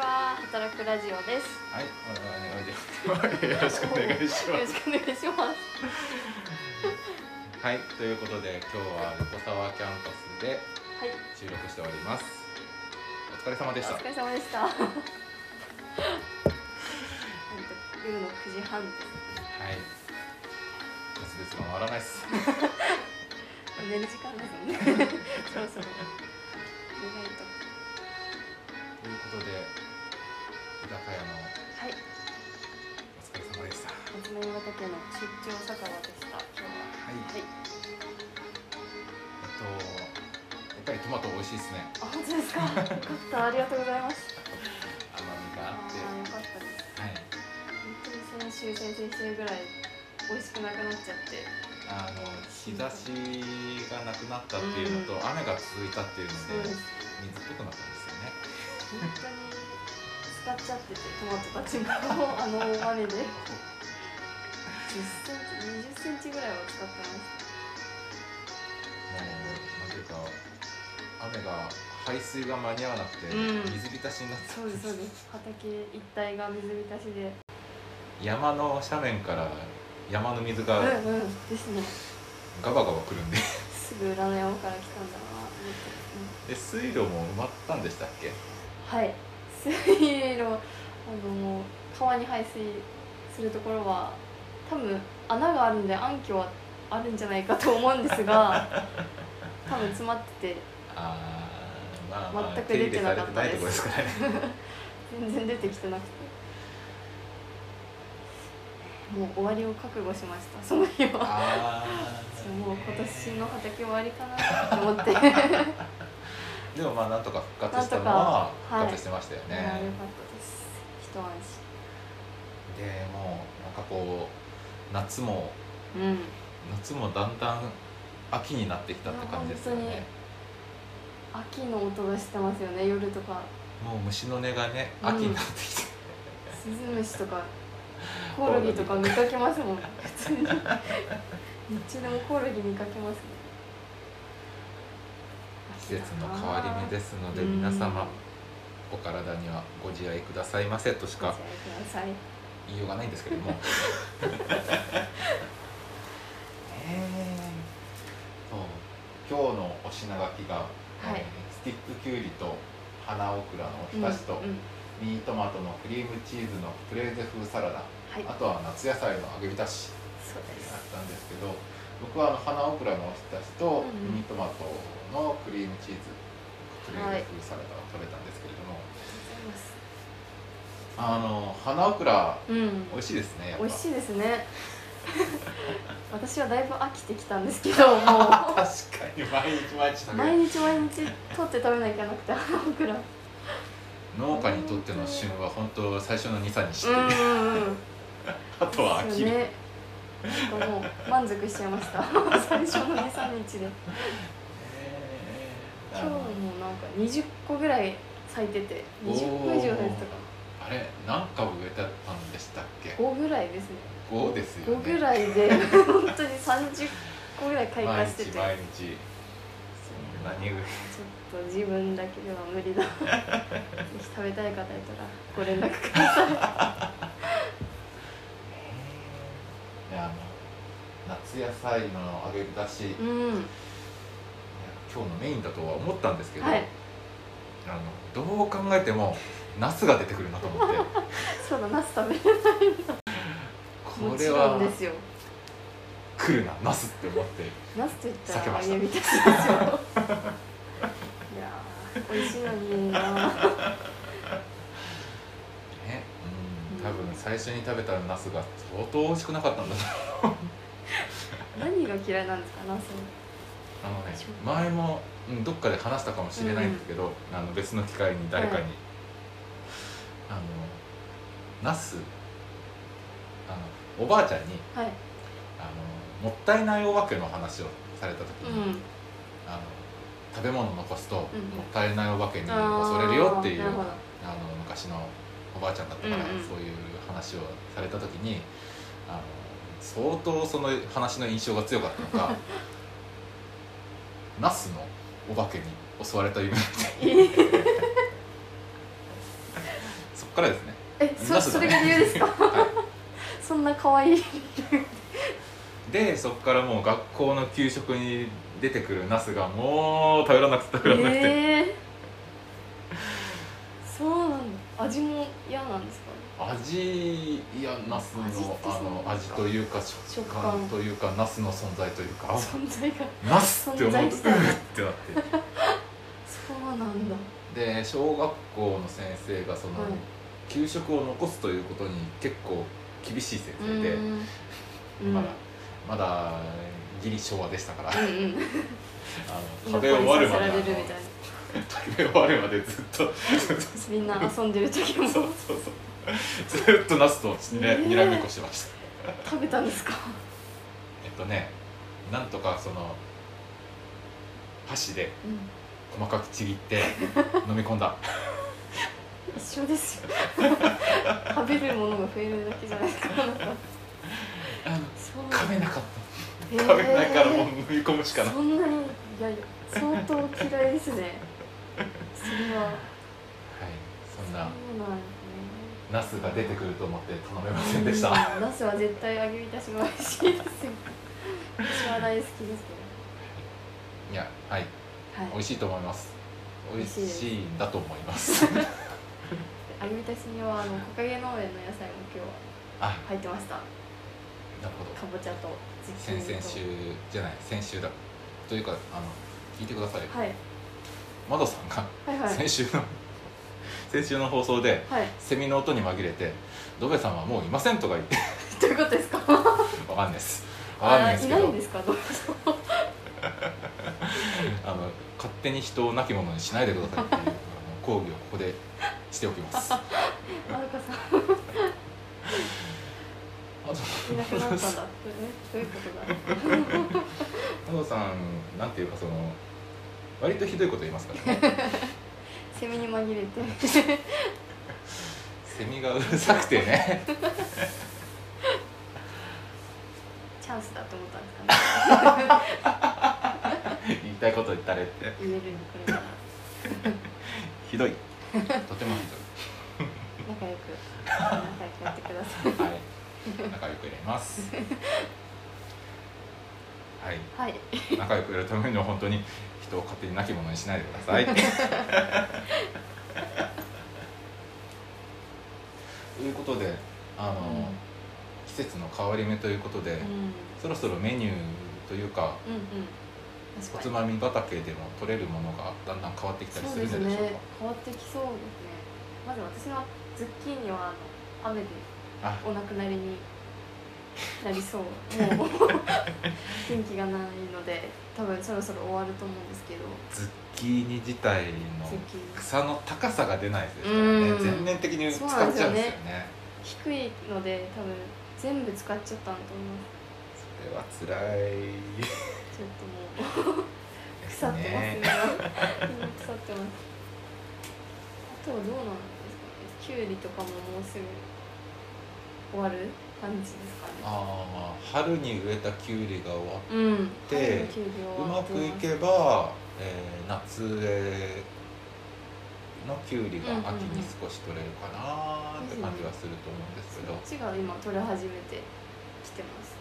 働くラジオです。はい、お願いします。よろしくお願いしよまろす。しくお願いします。はい、ということで、今日は横沢キャンパスではい、収録しております。お疲れ様でおした。疲れ様でした。 なんと夜の9時半です。はい。別々が回らないっす。寝る時間ですよね。 そろそろ。寝ないと。ということで、居酒屋のはい、お疲れ様でした。夏の山岳の出張酒場でした。今日は。はい。はい、えっと、やっぱりトマト美味しいですね。あ、本当ですか。よかった、ありがとうございます。甘みがああって。ー、よかったです。本当はい。に先週、先々週ぐらい。美味しくなくなっちゃって。あの、日差しがなくなったっていうのと、雨が続いたっていうのそうでです。。水っぽくなったんですよね。本当に。使っちゃってて、トマトたちも、あの大雨で。10センチ、20センチぐらいは使ってました。もうなんていうか雨が排水が間に合わなくて、うん水浸しになったそうですそうです畑一帯が水浸しで山の斜面から山の水うがんうんですねガバガバ来るんで すぐ裏の山から来たんだなと思ってうんで水路も埋まったんでしたっけはい水路あのもう川に排水するところは多分穴があるんで暗渠はあるんじゃないかと思うんですが多分詰まっててあーまあ、まあ、全く出てなかった手入れされてないとこでですすからね 全然出てきてなくてもう終わりを覚悟しましたその日はあーもう今年の畑終わりかなと思って あよかったででもまあなんとか復活したのなんはとかはい復活してましたよね、す一安でもうなんかこう夏も心うん夏もだんだん秋になってきたって感じですよいやね秋の音がしてますよね夜とかもう虫の音がねうん秋になってきて、スズムシとかコオロギとか見かけますもん普通に日中でもコオロギ見かけますね季節の変わり目ですのでうん皆様お体にはご自愛くださいませとしご自愛かください言いようがないんですけど もねえそう今日のお品書きが、はいえースティックきゅうりと花オクラのおひたしと、うんうんミニトマトのクリームチーズのプレーゼ風サラダはいあとは夏野菜の揚げ浸しそうっでてなっすたんですけど僕はあの花オクラのおひたしとうんうんミニトマトのクリームチーズクレーはいプ風サラダを食べたんですけれども、あの花オクラうん美味しいですねやっぱ美味しいですね私はだいぶ飽きてきたんですけども う 確かに毎日毎日食べる毎日毎日取って食べなきゃなくて半くらい農家にとっての旬は本当最初の23日うんうんうんあとは秋、ですよねなんかもう満足しちゃいました 最初の23日でえー今あ日ものなんか20個ぐらい咲いてて20個以上咲いてたかあれ何株植えたんでしたっけな5ぐらいですね5ですよね5ぐらいで本当に30個ぐらい開花毎してて日ちょっ毎日そんなに植えと自分だけでは無 理だぜひ食べたい方いたらご連絡くださいねあの夏野菜の揚げ出し、いやうん今日のメインだとは思ったんですけど、はいあのどう考えてもナスが出てくるな と思ってそうだナス食べるもこちれろんはですよ来るなナスって思ってナスといった避けらま揚したげみたい ですよいやー美味しいのになね、ううん、多ん分最初に食べたナスが相当美味しくなかったんだな何が嫌いなんですかナスあのね前も、うん、どっかで話したかもしれないんですけど、あの別の機会に誰かに、はいあのナスあのおばあちゃんにはいあのもったいないお化けの話をされた時うに、んあの食べ物残すと、うんもったいないお化けにあ恐ーれるよっていうなあるほのど昔のおばあちゃんだったから、うんうんそういう話をされた時にあの相当その話の印象が強かった のかナスの お化けに襲われた夢みたいなそっからですねえそなすそだねれが理由ですかは そんな可愛いいでそこからもう学校の給食に出てくるナスがもう食べらなくて食べらなくて、ええそうなんだ味も嫌なんですか味いやナスの味ってそうあの味というか食食感感というかナスの存在というかあ存在がナスって思うと存う在っ自て体ながってそうなんだで小学校の先生がその、はい給食を残すということに結構厳しい先う生で、んうんまだまだギリ昭和でしたから、あうのんうん食べ終わるまであ居の残りさせられるみたいな食べ終わるまでずっとみんな遊んでる時もそうそうそうずっとナスとねねえにらめっこしてました食べたんです かえっとねなんとかその箸でうん細かくちぎって飲み込んだ一緒ですよ 食べるものが増えるだけじゃないですかなんかそう噛めなかっえたー噛めないからもう飲み込むしかないそんなにいやいや相当嫌いですねそれははいそんそうななんですねナスが出てくると思って頼めませんでしたうんナスは絶対揚げ浸しも美 味しいですよ私は大好きですけどいやはいはい美味しいと思います美美味味しいですしいんだと思います 揚げ浸しにはあの木陰農園の野菜も今日はあ入ってましたかなるほどぼちゃとズッキー先ニと々週じゃない先週だというかあの聞いてくださいはいマドさんがはいはい先週の、 先週の放送ではい セミの音に紛れて「ドベさんはもういません」とか言ってどういうことですかあわかんないですわかんないですいけないどんですかどういうことあの勝手に人を亡き者にしないでくださいっていうあの抗議をここでしてお きますあはるかさんいなくなったんと だどうねどういうことだマドさんなんていうかその割とひどいこと言いますからねセミに紛れてセミがうるさくてね チャンスだと思ったんですかね言いたいこと言ったれって言えるのこれからひどいとてもひどい仲良く仲良くやってくださ いはい、仲良く入れます。 はい、はい仲良くやるためには本当に人を勝手に亡き者にしないでくだ さい。ということで、あの、うん季節の変わり目ということで、うんそろそろメニューというか。うんうんお確つかにまみ畑でも取れるものがだんだん変わってきたりそうするでんじすゃないでねしょうか。変わってきそうですねまず私のズッキーニはあの雨であお亡くなりになり そうもう元気がないので多分そろそろ終わると思うんですけどズッキーニ自体のズッキーニ草の高さが出ないですからねうん全面的に使っちゃうんですそうよなんですねよ低いので多分全部使っちゃったんだと思いまそれは辛いですすちょっともう腐ってますねね今腐ってますあとはどうなんですかねきゅうりとかももうすぐ終わる感じですかねああ春に植えたきゅうりが終わうん春のできゅうりはう終わまってくいけば、えー夏植えのきゅうりが秋に少し取れるかなーって感じはすると思うんですけどこっちが今取れ始めてきてます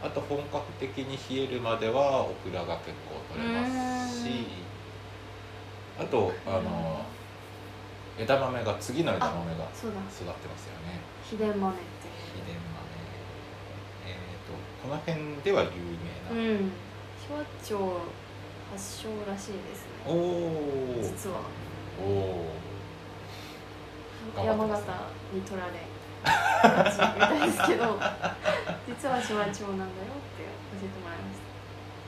あと本格的に冷えるまではオクラが結構取れますしあとあの枝豆が次の枝豆がそうだ育ってますよね秘伝豆っ秘伝豆えー、とこの辺では有て名な、いううん昭和町発祥らしいですおねお実はおお頑張山って形ますねに取られみたいですけど 実は昭和町なんだよって教えてもらいまし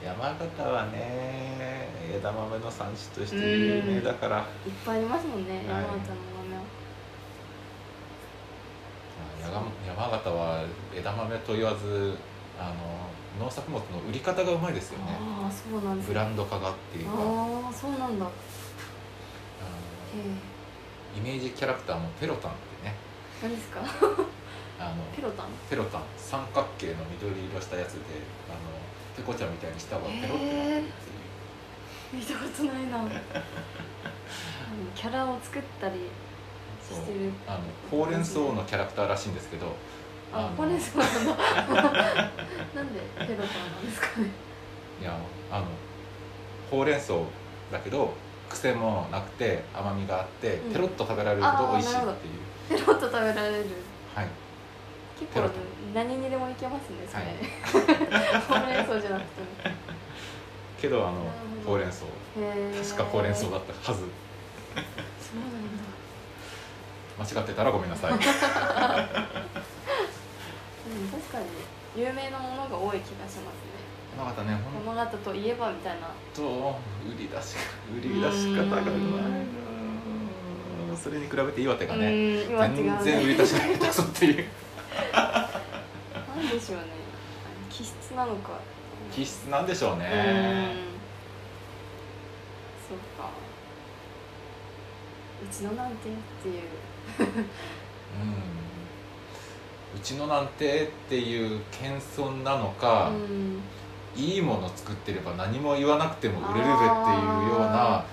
山形はね枝豆の産地として有名だから、またいっぱいありますもんね山はい形の豆はあやが山形は枝豆と言わずあの農作物の売り方がうまいですよねああそうなんですブねランド化がっていうかあのああそうなんだへえイメージキャラクターもペロタンってね何ですかあのペロタンペロタン三角形の緑色したやつであのペコちゃんみたいに舌がペロってなってるっていう、見たことないなあのキャラを作ったりそうしてるあのほうれん草のキャラクターらしいんですけどあのほうれん草 なんだなんでペロパンなんですかねいやあのほうれん草だけど癖もなくて甘みがあって、うんペロッと食べられるほど美味しいっていあうーなるペロッと食べられるはい結ペロ構ッと何にでもいけますねそれ、ほうれん草じゃなくてもけどあなのるほほどうれん草へー確かほうれん草だったはそうずなんだ間違ってたらごめん なさいうん確かに有名なものが多い気がしますね山形ねほん山形といえばみたいなと売り出し売り出し方がうまいなうんそれに比べて岩手がねうん今違うね全然売り出しないだぞっていうなんでしょうねあの気質なのか気質なんでしょううねんそうかうちのなんてっていううんうちのなんてっていう謙遜なのか、うんいいもの作ってれば何も言わなくても売れるべっていうようなあ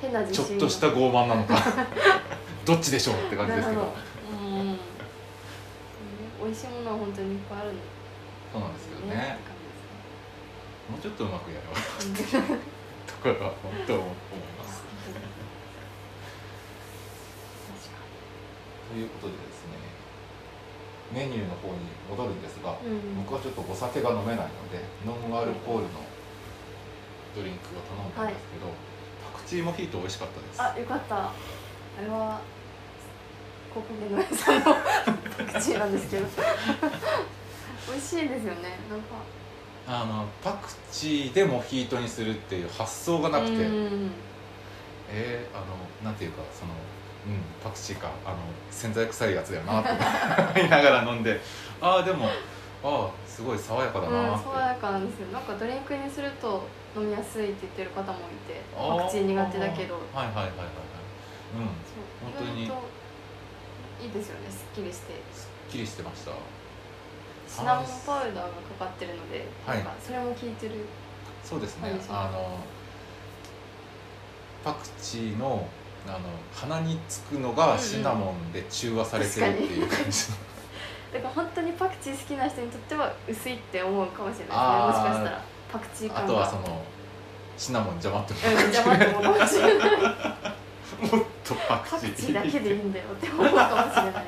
変な自ちょ信っとした傲慢なのか どっちでしょうって感じですけどなるほどうんうん美味しいものは本当にいっぱいあるんでそうなんですけすどねねもうちょっとうまくやればところは本当思いますということでですねメニューの方に戻るんですが、うん 僕はちょっとお酒が飲めないのでノンアルコールのドリンクを頼んだんですけど、パクチーモヒート美味しかったですあよかったあれは高校芸能人さんの パクチーなんですけど美味しいですよねなんかあのパクチーでモヒートにするっていう発想がなくて、うんえー、あのなんていうかその、うん、パクチーかあの洗剤臭いやつだよなと思いながら飲んで ああでもああすごい爽やかだなうっん、て、爽やかなんですよなんかドリンクにすると飲みやすいって言ってる方もいてあパクチー苦手だけどはいはいはいはいはいそううん本当に意外といいですよねすっきりしてすっきりしてましたシナモンパウダーがかかってるので、はいなんかそれも効いてるそうですねそうですねあのパクチーのあの鼻につくのうんうがんシナモンで中和されてるっていう感じのだから本当にパクチー好きな人にとっては薄いって思うかもしれないですねもしあーかしたらパクチー感があとはそのシナモン邪魔ってもうん邪魔 って思うかもしれないもっとパパククチーチーだけでいいんだよって思うかもしれないで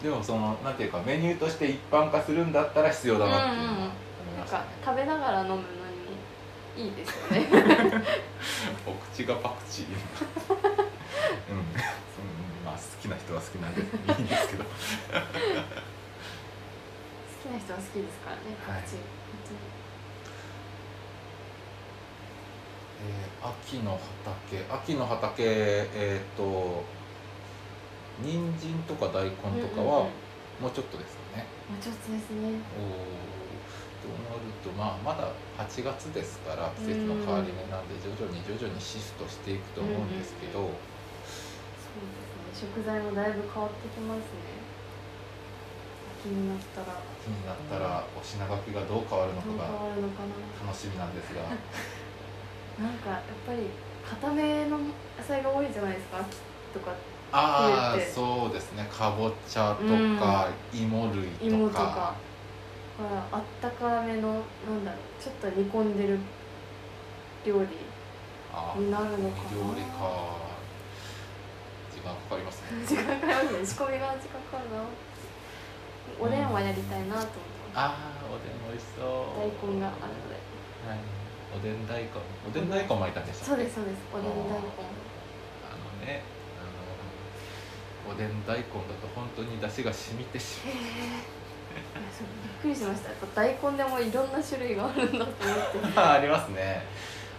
すでもそのなんていうかメニューとして一般化するんだったら必要だなっていうのはうんうんうん思いなんましたかね、食べながら飲むのにいいですよねお口がパクチ ーうん、うん、まあ好きな人は好きなんでいいんですけど好きな人は好きですからねパクチー、 えー秋の畑秋の畑えっ、と人参とか大根本当にとかうんうんうんはももうちょっとですよね、うちょっとですねおーと思うと、まあ、まだ8月ですから季節の変わり目なんで徐々に徐々にシフトしていくと思うんですけど、うんうんそうですね食材もだいぶ変わってきますね気になったら気になったらお品書きがどう変わるのどう変かがわるのかな楽しみなんですがなんかやっぱり固めの野菜が多いじゃないですか秋とかああ冬ってそうですねかぼちゃとか、芋類とか芋とかだからあったかめのなんだろうちょっと煮込んでる料理あーになるのかな料理か時間かかりますね時間かかりますね仕込みが時間かかるなおでんはやりたいなと思ってまああおでん美味しそうす大根があるのではいおでん大根おでん大根巻いたんでしたそうですすそうですおでん大根あのねあのおでん大根だと本当に出汁が染みてしまへうえそうびっくりしましたやっぱ大根でもいろんな種類があるんだと思って あありますね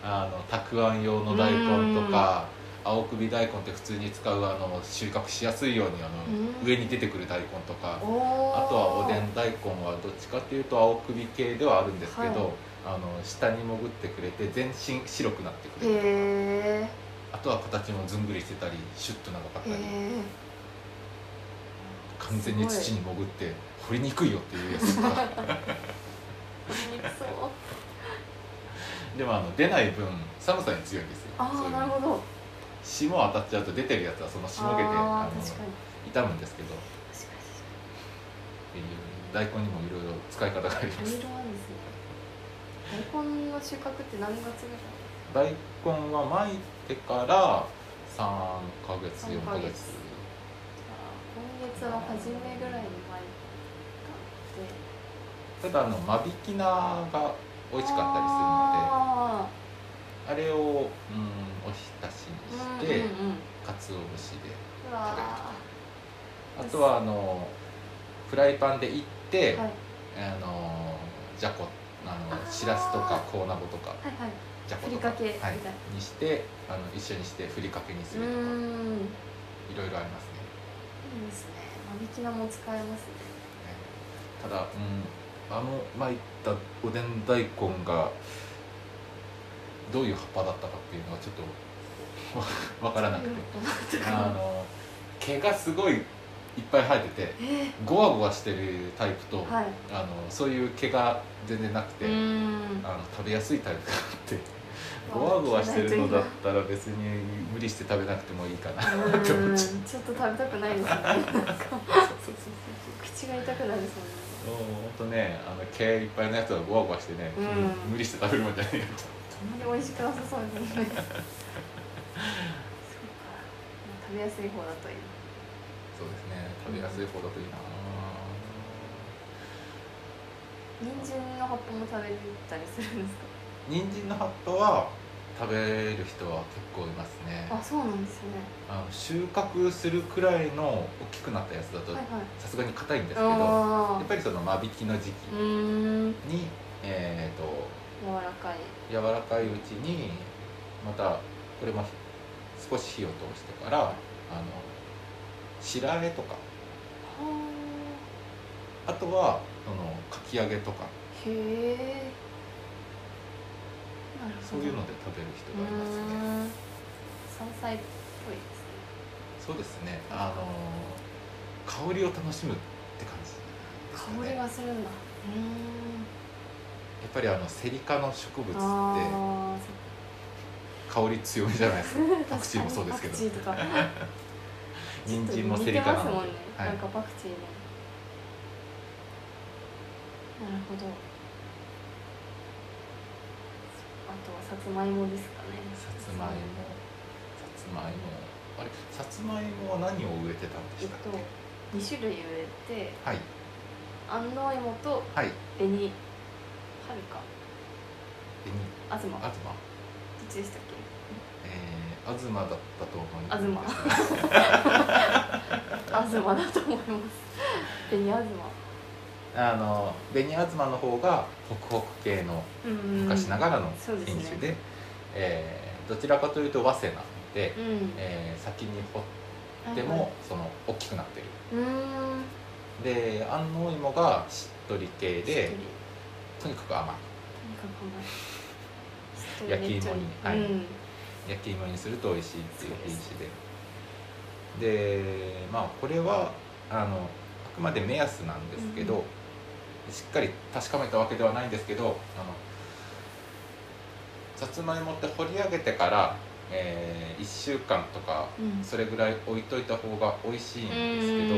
あのたくあん用の大根とか青首大根って普通に使うあの収穫しやすいようにあうんの上に出てくる大根とかおおあとはおでん大根はどっちかっていうと青首系ではあるんですけど、はいあの下に潜ってくれて全身白くなってくれるへえあとは形もずんぐりしてたりシュッと長かったへりえ完全に土に潜って掘りにくいよっていうやつとか にくそうでもあの出ない分寒さに強いんですよあそあういうなるほど霜当たっちゃうと出てるやつはその霜げてああーの確かに傷むんですけど確かっていう大根にもいろいろ使い方がありまにすいろいろあるんですね大根の収穫って何月ぐらい大根はまいてから3ヶ月3 4ヶヶ月月今月の初めぐらいに巻いたんでただあの間引き菜が美味しかったりあするのであれをうんおひたしにーして、うんうんうんかつお節でうわあとはあのフライパンでいって、ーはいあのじゃこああーのしらすとかコーナゴとかはいはいじゃことかふりかけみたはいい、にしてあの一緒にしてふりかけにすうるとかーんいいろいろありますねいですね間引き菜も使えますねただ、うん、あのまいったおでん大根がどういう葉っぱだったかっていうのはちょっと わからなくてあの毛がすごいいっぱい生えててえゴワゴワしてるタイプと、ーはいあのそういう毛が全然なくて、うーんあの食べやすいタイプがあって わあゴワゴワしてるのだったら別に無理して食べなくてもいいかなうって思っちゃうーんちょっと食べたくないですねなんか口が痛くなるですもうほんとねあの毛いっぱいのやつはゴワゴワしてね、うん無理して食べるもんじゃないよもんねあんまり美味しくなさそうですねそうか食べやすい方だといいそうですね食べやすい方だといいな、人参の葉っぱも食べれたりするんですか人参の葉っぱは食べる人は結構いますねあそうなんですねあの収穫するくらいの大きくなったやつだとはいはいさすがに硬いんですけど、やあっぱりその間引きの時ー期うーんに、えー、と柔らかい柔らかいうちにまたこれも少し火を通してからあの白あえとかはあとはそのかき揚げとかーへえなるほそうどいうので食べる人うがいますーね。ん山菜っぽいですねそうですね。あのー香りを楽しむって感じですかね。香りやっがするんだうーんぱりあのセリ科の植物ってあ香り強めじゃな いですか。ーパクチーもそうですけどパクチーとか 人参もセリ科なちょっと似てますもんのでね、はいなんかパクチーのなるほどあとはさつまいもですかねさつまいも、さつまいも、あれさつまいもは何を植えてたんでえっしたっけ？と2種類植えてはい安納芋とはい。紅はるかえに東どっ東、ちでしたっえー、東だったと思 うんです東け東だと思います紅東あの紅東の方がホクホク系のうん昔ながらのそうですね品種で、えーどちらかというと早稲なので、うんえー先に掘ってはいはもいその大きくなってるうーんで安納芋がしっとり系しっでとりとにかく甘とにかく甘いしっとり焼き芋にねっとはいりうんい焼き芋にすると美味しいっていう品種ででまあこれはあのあくまで目安なんですけど、しっかり確かめたわけではないんですけどあのさつまいもって掘り上げてから、え1週間とかうんそれぐらい置いといた方が美味しいんですけど、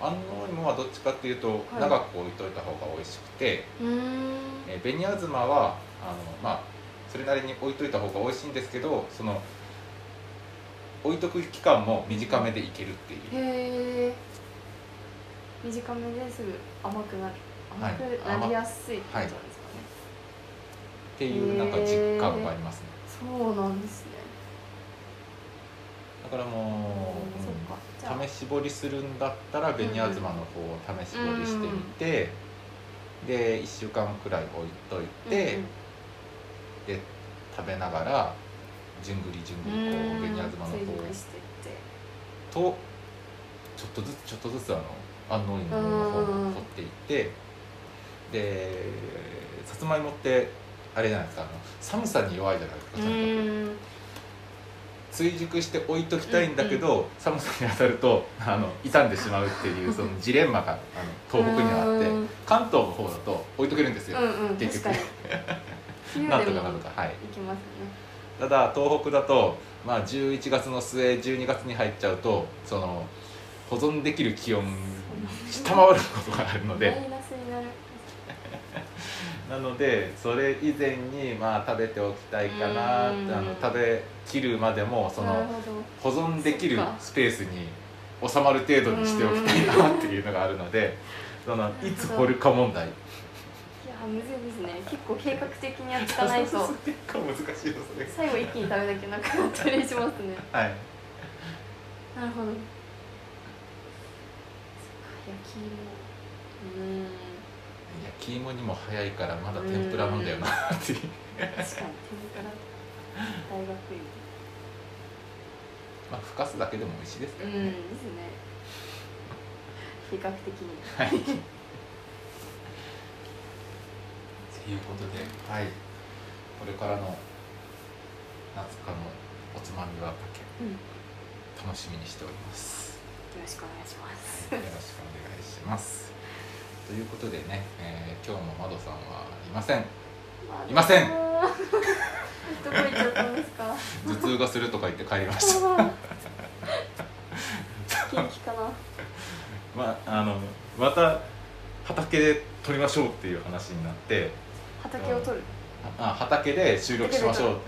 あの安納芋はどっちかっていうとはい長く置いといた方が美味しくて、うーんえー、紅あずまはあの、まあ、それなりに置いといた方が美味しいんですけどその置いとく期間も短めでいけるっていうへえ短めですぐ甘くなるは甘いくなりやすいってことなんですかね、っていうなんか実感がありますねそうなんですねだからもうんそっかじゃう、あうん試し掘りするんだったら紅あずまの方を試し掘りしてみて、で1週間くらい置いといて、うんうんで食べながらじゅんぐりじゅんぐりこう紅あずまの追熟方してってとちょっとずつちょっとずつあの安納芋の方うんを掘っていってでさつまいもってあれじゃないですかあの寒さに弱いじゃないですかうとにかくーん追熟して置いときたいんだけど、寒さに当たるとあの傷んでしまうってい うそのジレンマがあの東北にはあってうん関東の方だと置いとけるんですよ、うんうん結確局かに冬なんでともかなんとかはい行きますねだただ東北だと、まあ、11月の末12月に入っちゃうとその保存できる気温下回ることがあるマのイでナスになるなのでそれ以前にまあ食べておきたいかなってうんあの食べきるまでもそなるのほど保存できるそっかスペースに収まる程度にしておきたいなっていうのがあるのでそのいつ掘るか問題いやむずいですね結構計画的にやっていかないそうとそう そう結構難しいですね最後一気に食べなきゃなくなったりしますねはいなるほどそっか焼き芋うーん焼き芋にも早いからまだ天ぷらなんだよなって確かに天いうぷら大学芋まあふかすだけでも美味しいですかうらんね、ですね比較的にはい。ということで、はい、これからの夏かのおつまみはうんよ竹楽しみにしております。 ろしくお願いしますよろしくお願いします。ということでね、えー今日も窓さんはいません。いませんどこ行っちゃったんです か頭痛がするとか言って帰りました。元気かな まああのまた畑で撮りましょうっていう話になって、畑を取るあ畑で収録しましょうっ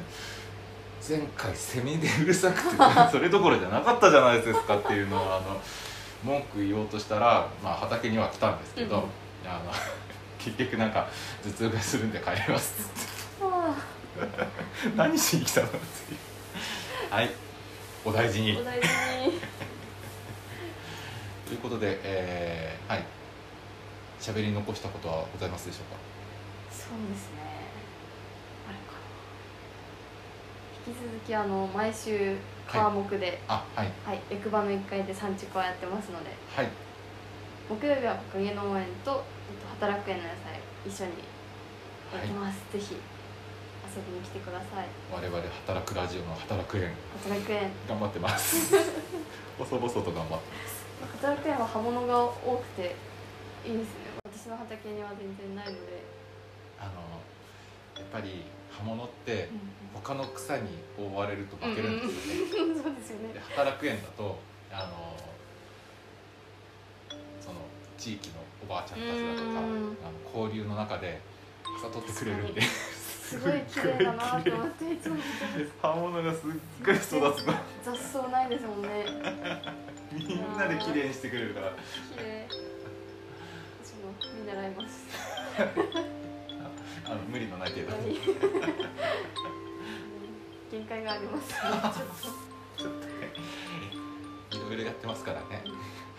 て前回セミでうるさくて それどころじゃなかったじゃないですかっていうのをあの文句言おうとしたら、まあ、畑には来たんですけど、うんあの 結局なんか頭痛がするんで帰りますっあつって何しに来たのってはいお大事にーお大事にということで、えーはい喋り残したことはございますでしょうかそうですねあれかな引き続きあの毎週科目で、あはいはい役場の1階で三畜をやってますのではい木曜日は木陰農園とえっと働く園の野菜一緒にやってます、ぜひ遊びに来てください我々働くラジオの働く園働く園頑張ってます 細々と頑張ってます働く園は葉物が多くていいですね私の畑には全然ないので、あのやっぱり刃物って他の草に覆われると負けるんですよね、うん、そうですよねで働く園だとあのその地域のおばあちゃんたちだとかあうんの交流の中で草取ってくれるんですすごい綺麗だなと思っていつも見てます刃物がすっごい育つの雑草ないですもんねみんなで綺麗にしてくれるから綺麗私も見習い ますあの無理のない程度本当にに限界がありますねちょっいろいろやってますからね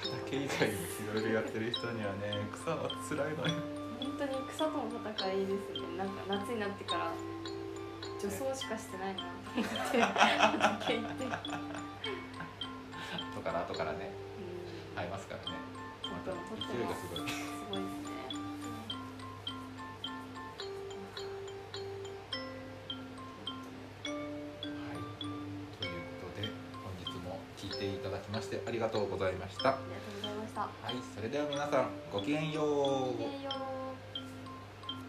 畑以外にもいろいろやってる人にはね草は辛いのよと本当に草との戦いですねなんか夏になってから除草しかしてないなと思 って畑行ってうん後から後からね生えますからねちょまったと勢いとってがもすごすいごいですねはい、ということで本日も聞いていただきましてありがとうございました。はありがとうございましたい、それでは皆さんごきげんよごきうげ。んよう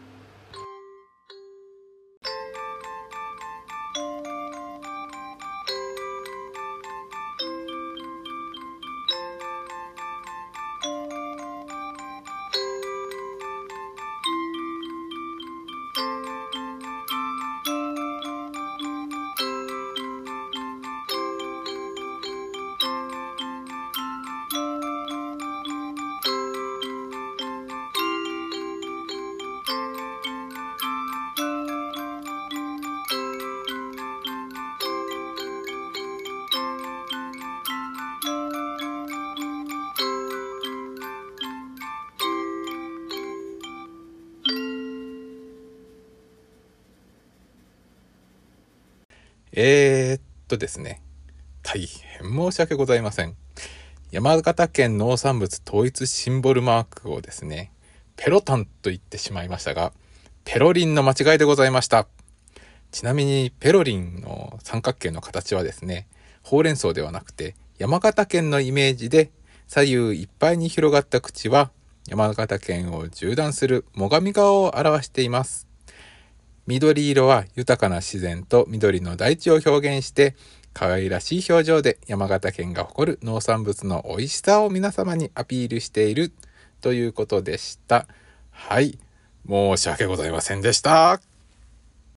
えー、っとですね、大変申し訳ございません。山形県農産物統一シンボルマークをですね、ペロタンと言ってしまいましたが、ペロリンの間違いでございました。ちなみにペロリンの三角形の形はですね、ほうれん草ではなくて山形県のイメージで左右いっぱいに広がった口は山形県を縦断する最上川を表しています。緑色は豊かな自然と緑の大地を表現して可愛らしい表情で山形県が誇る農産物の美味しさを皆様にアピールしているということでしたはい申し訳ございませんでした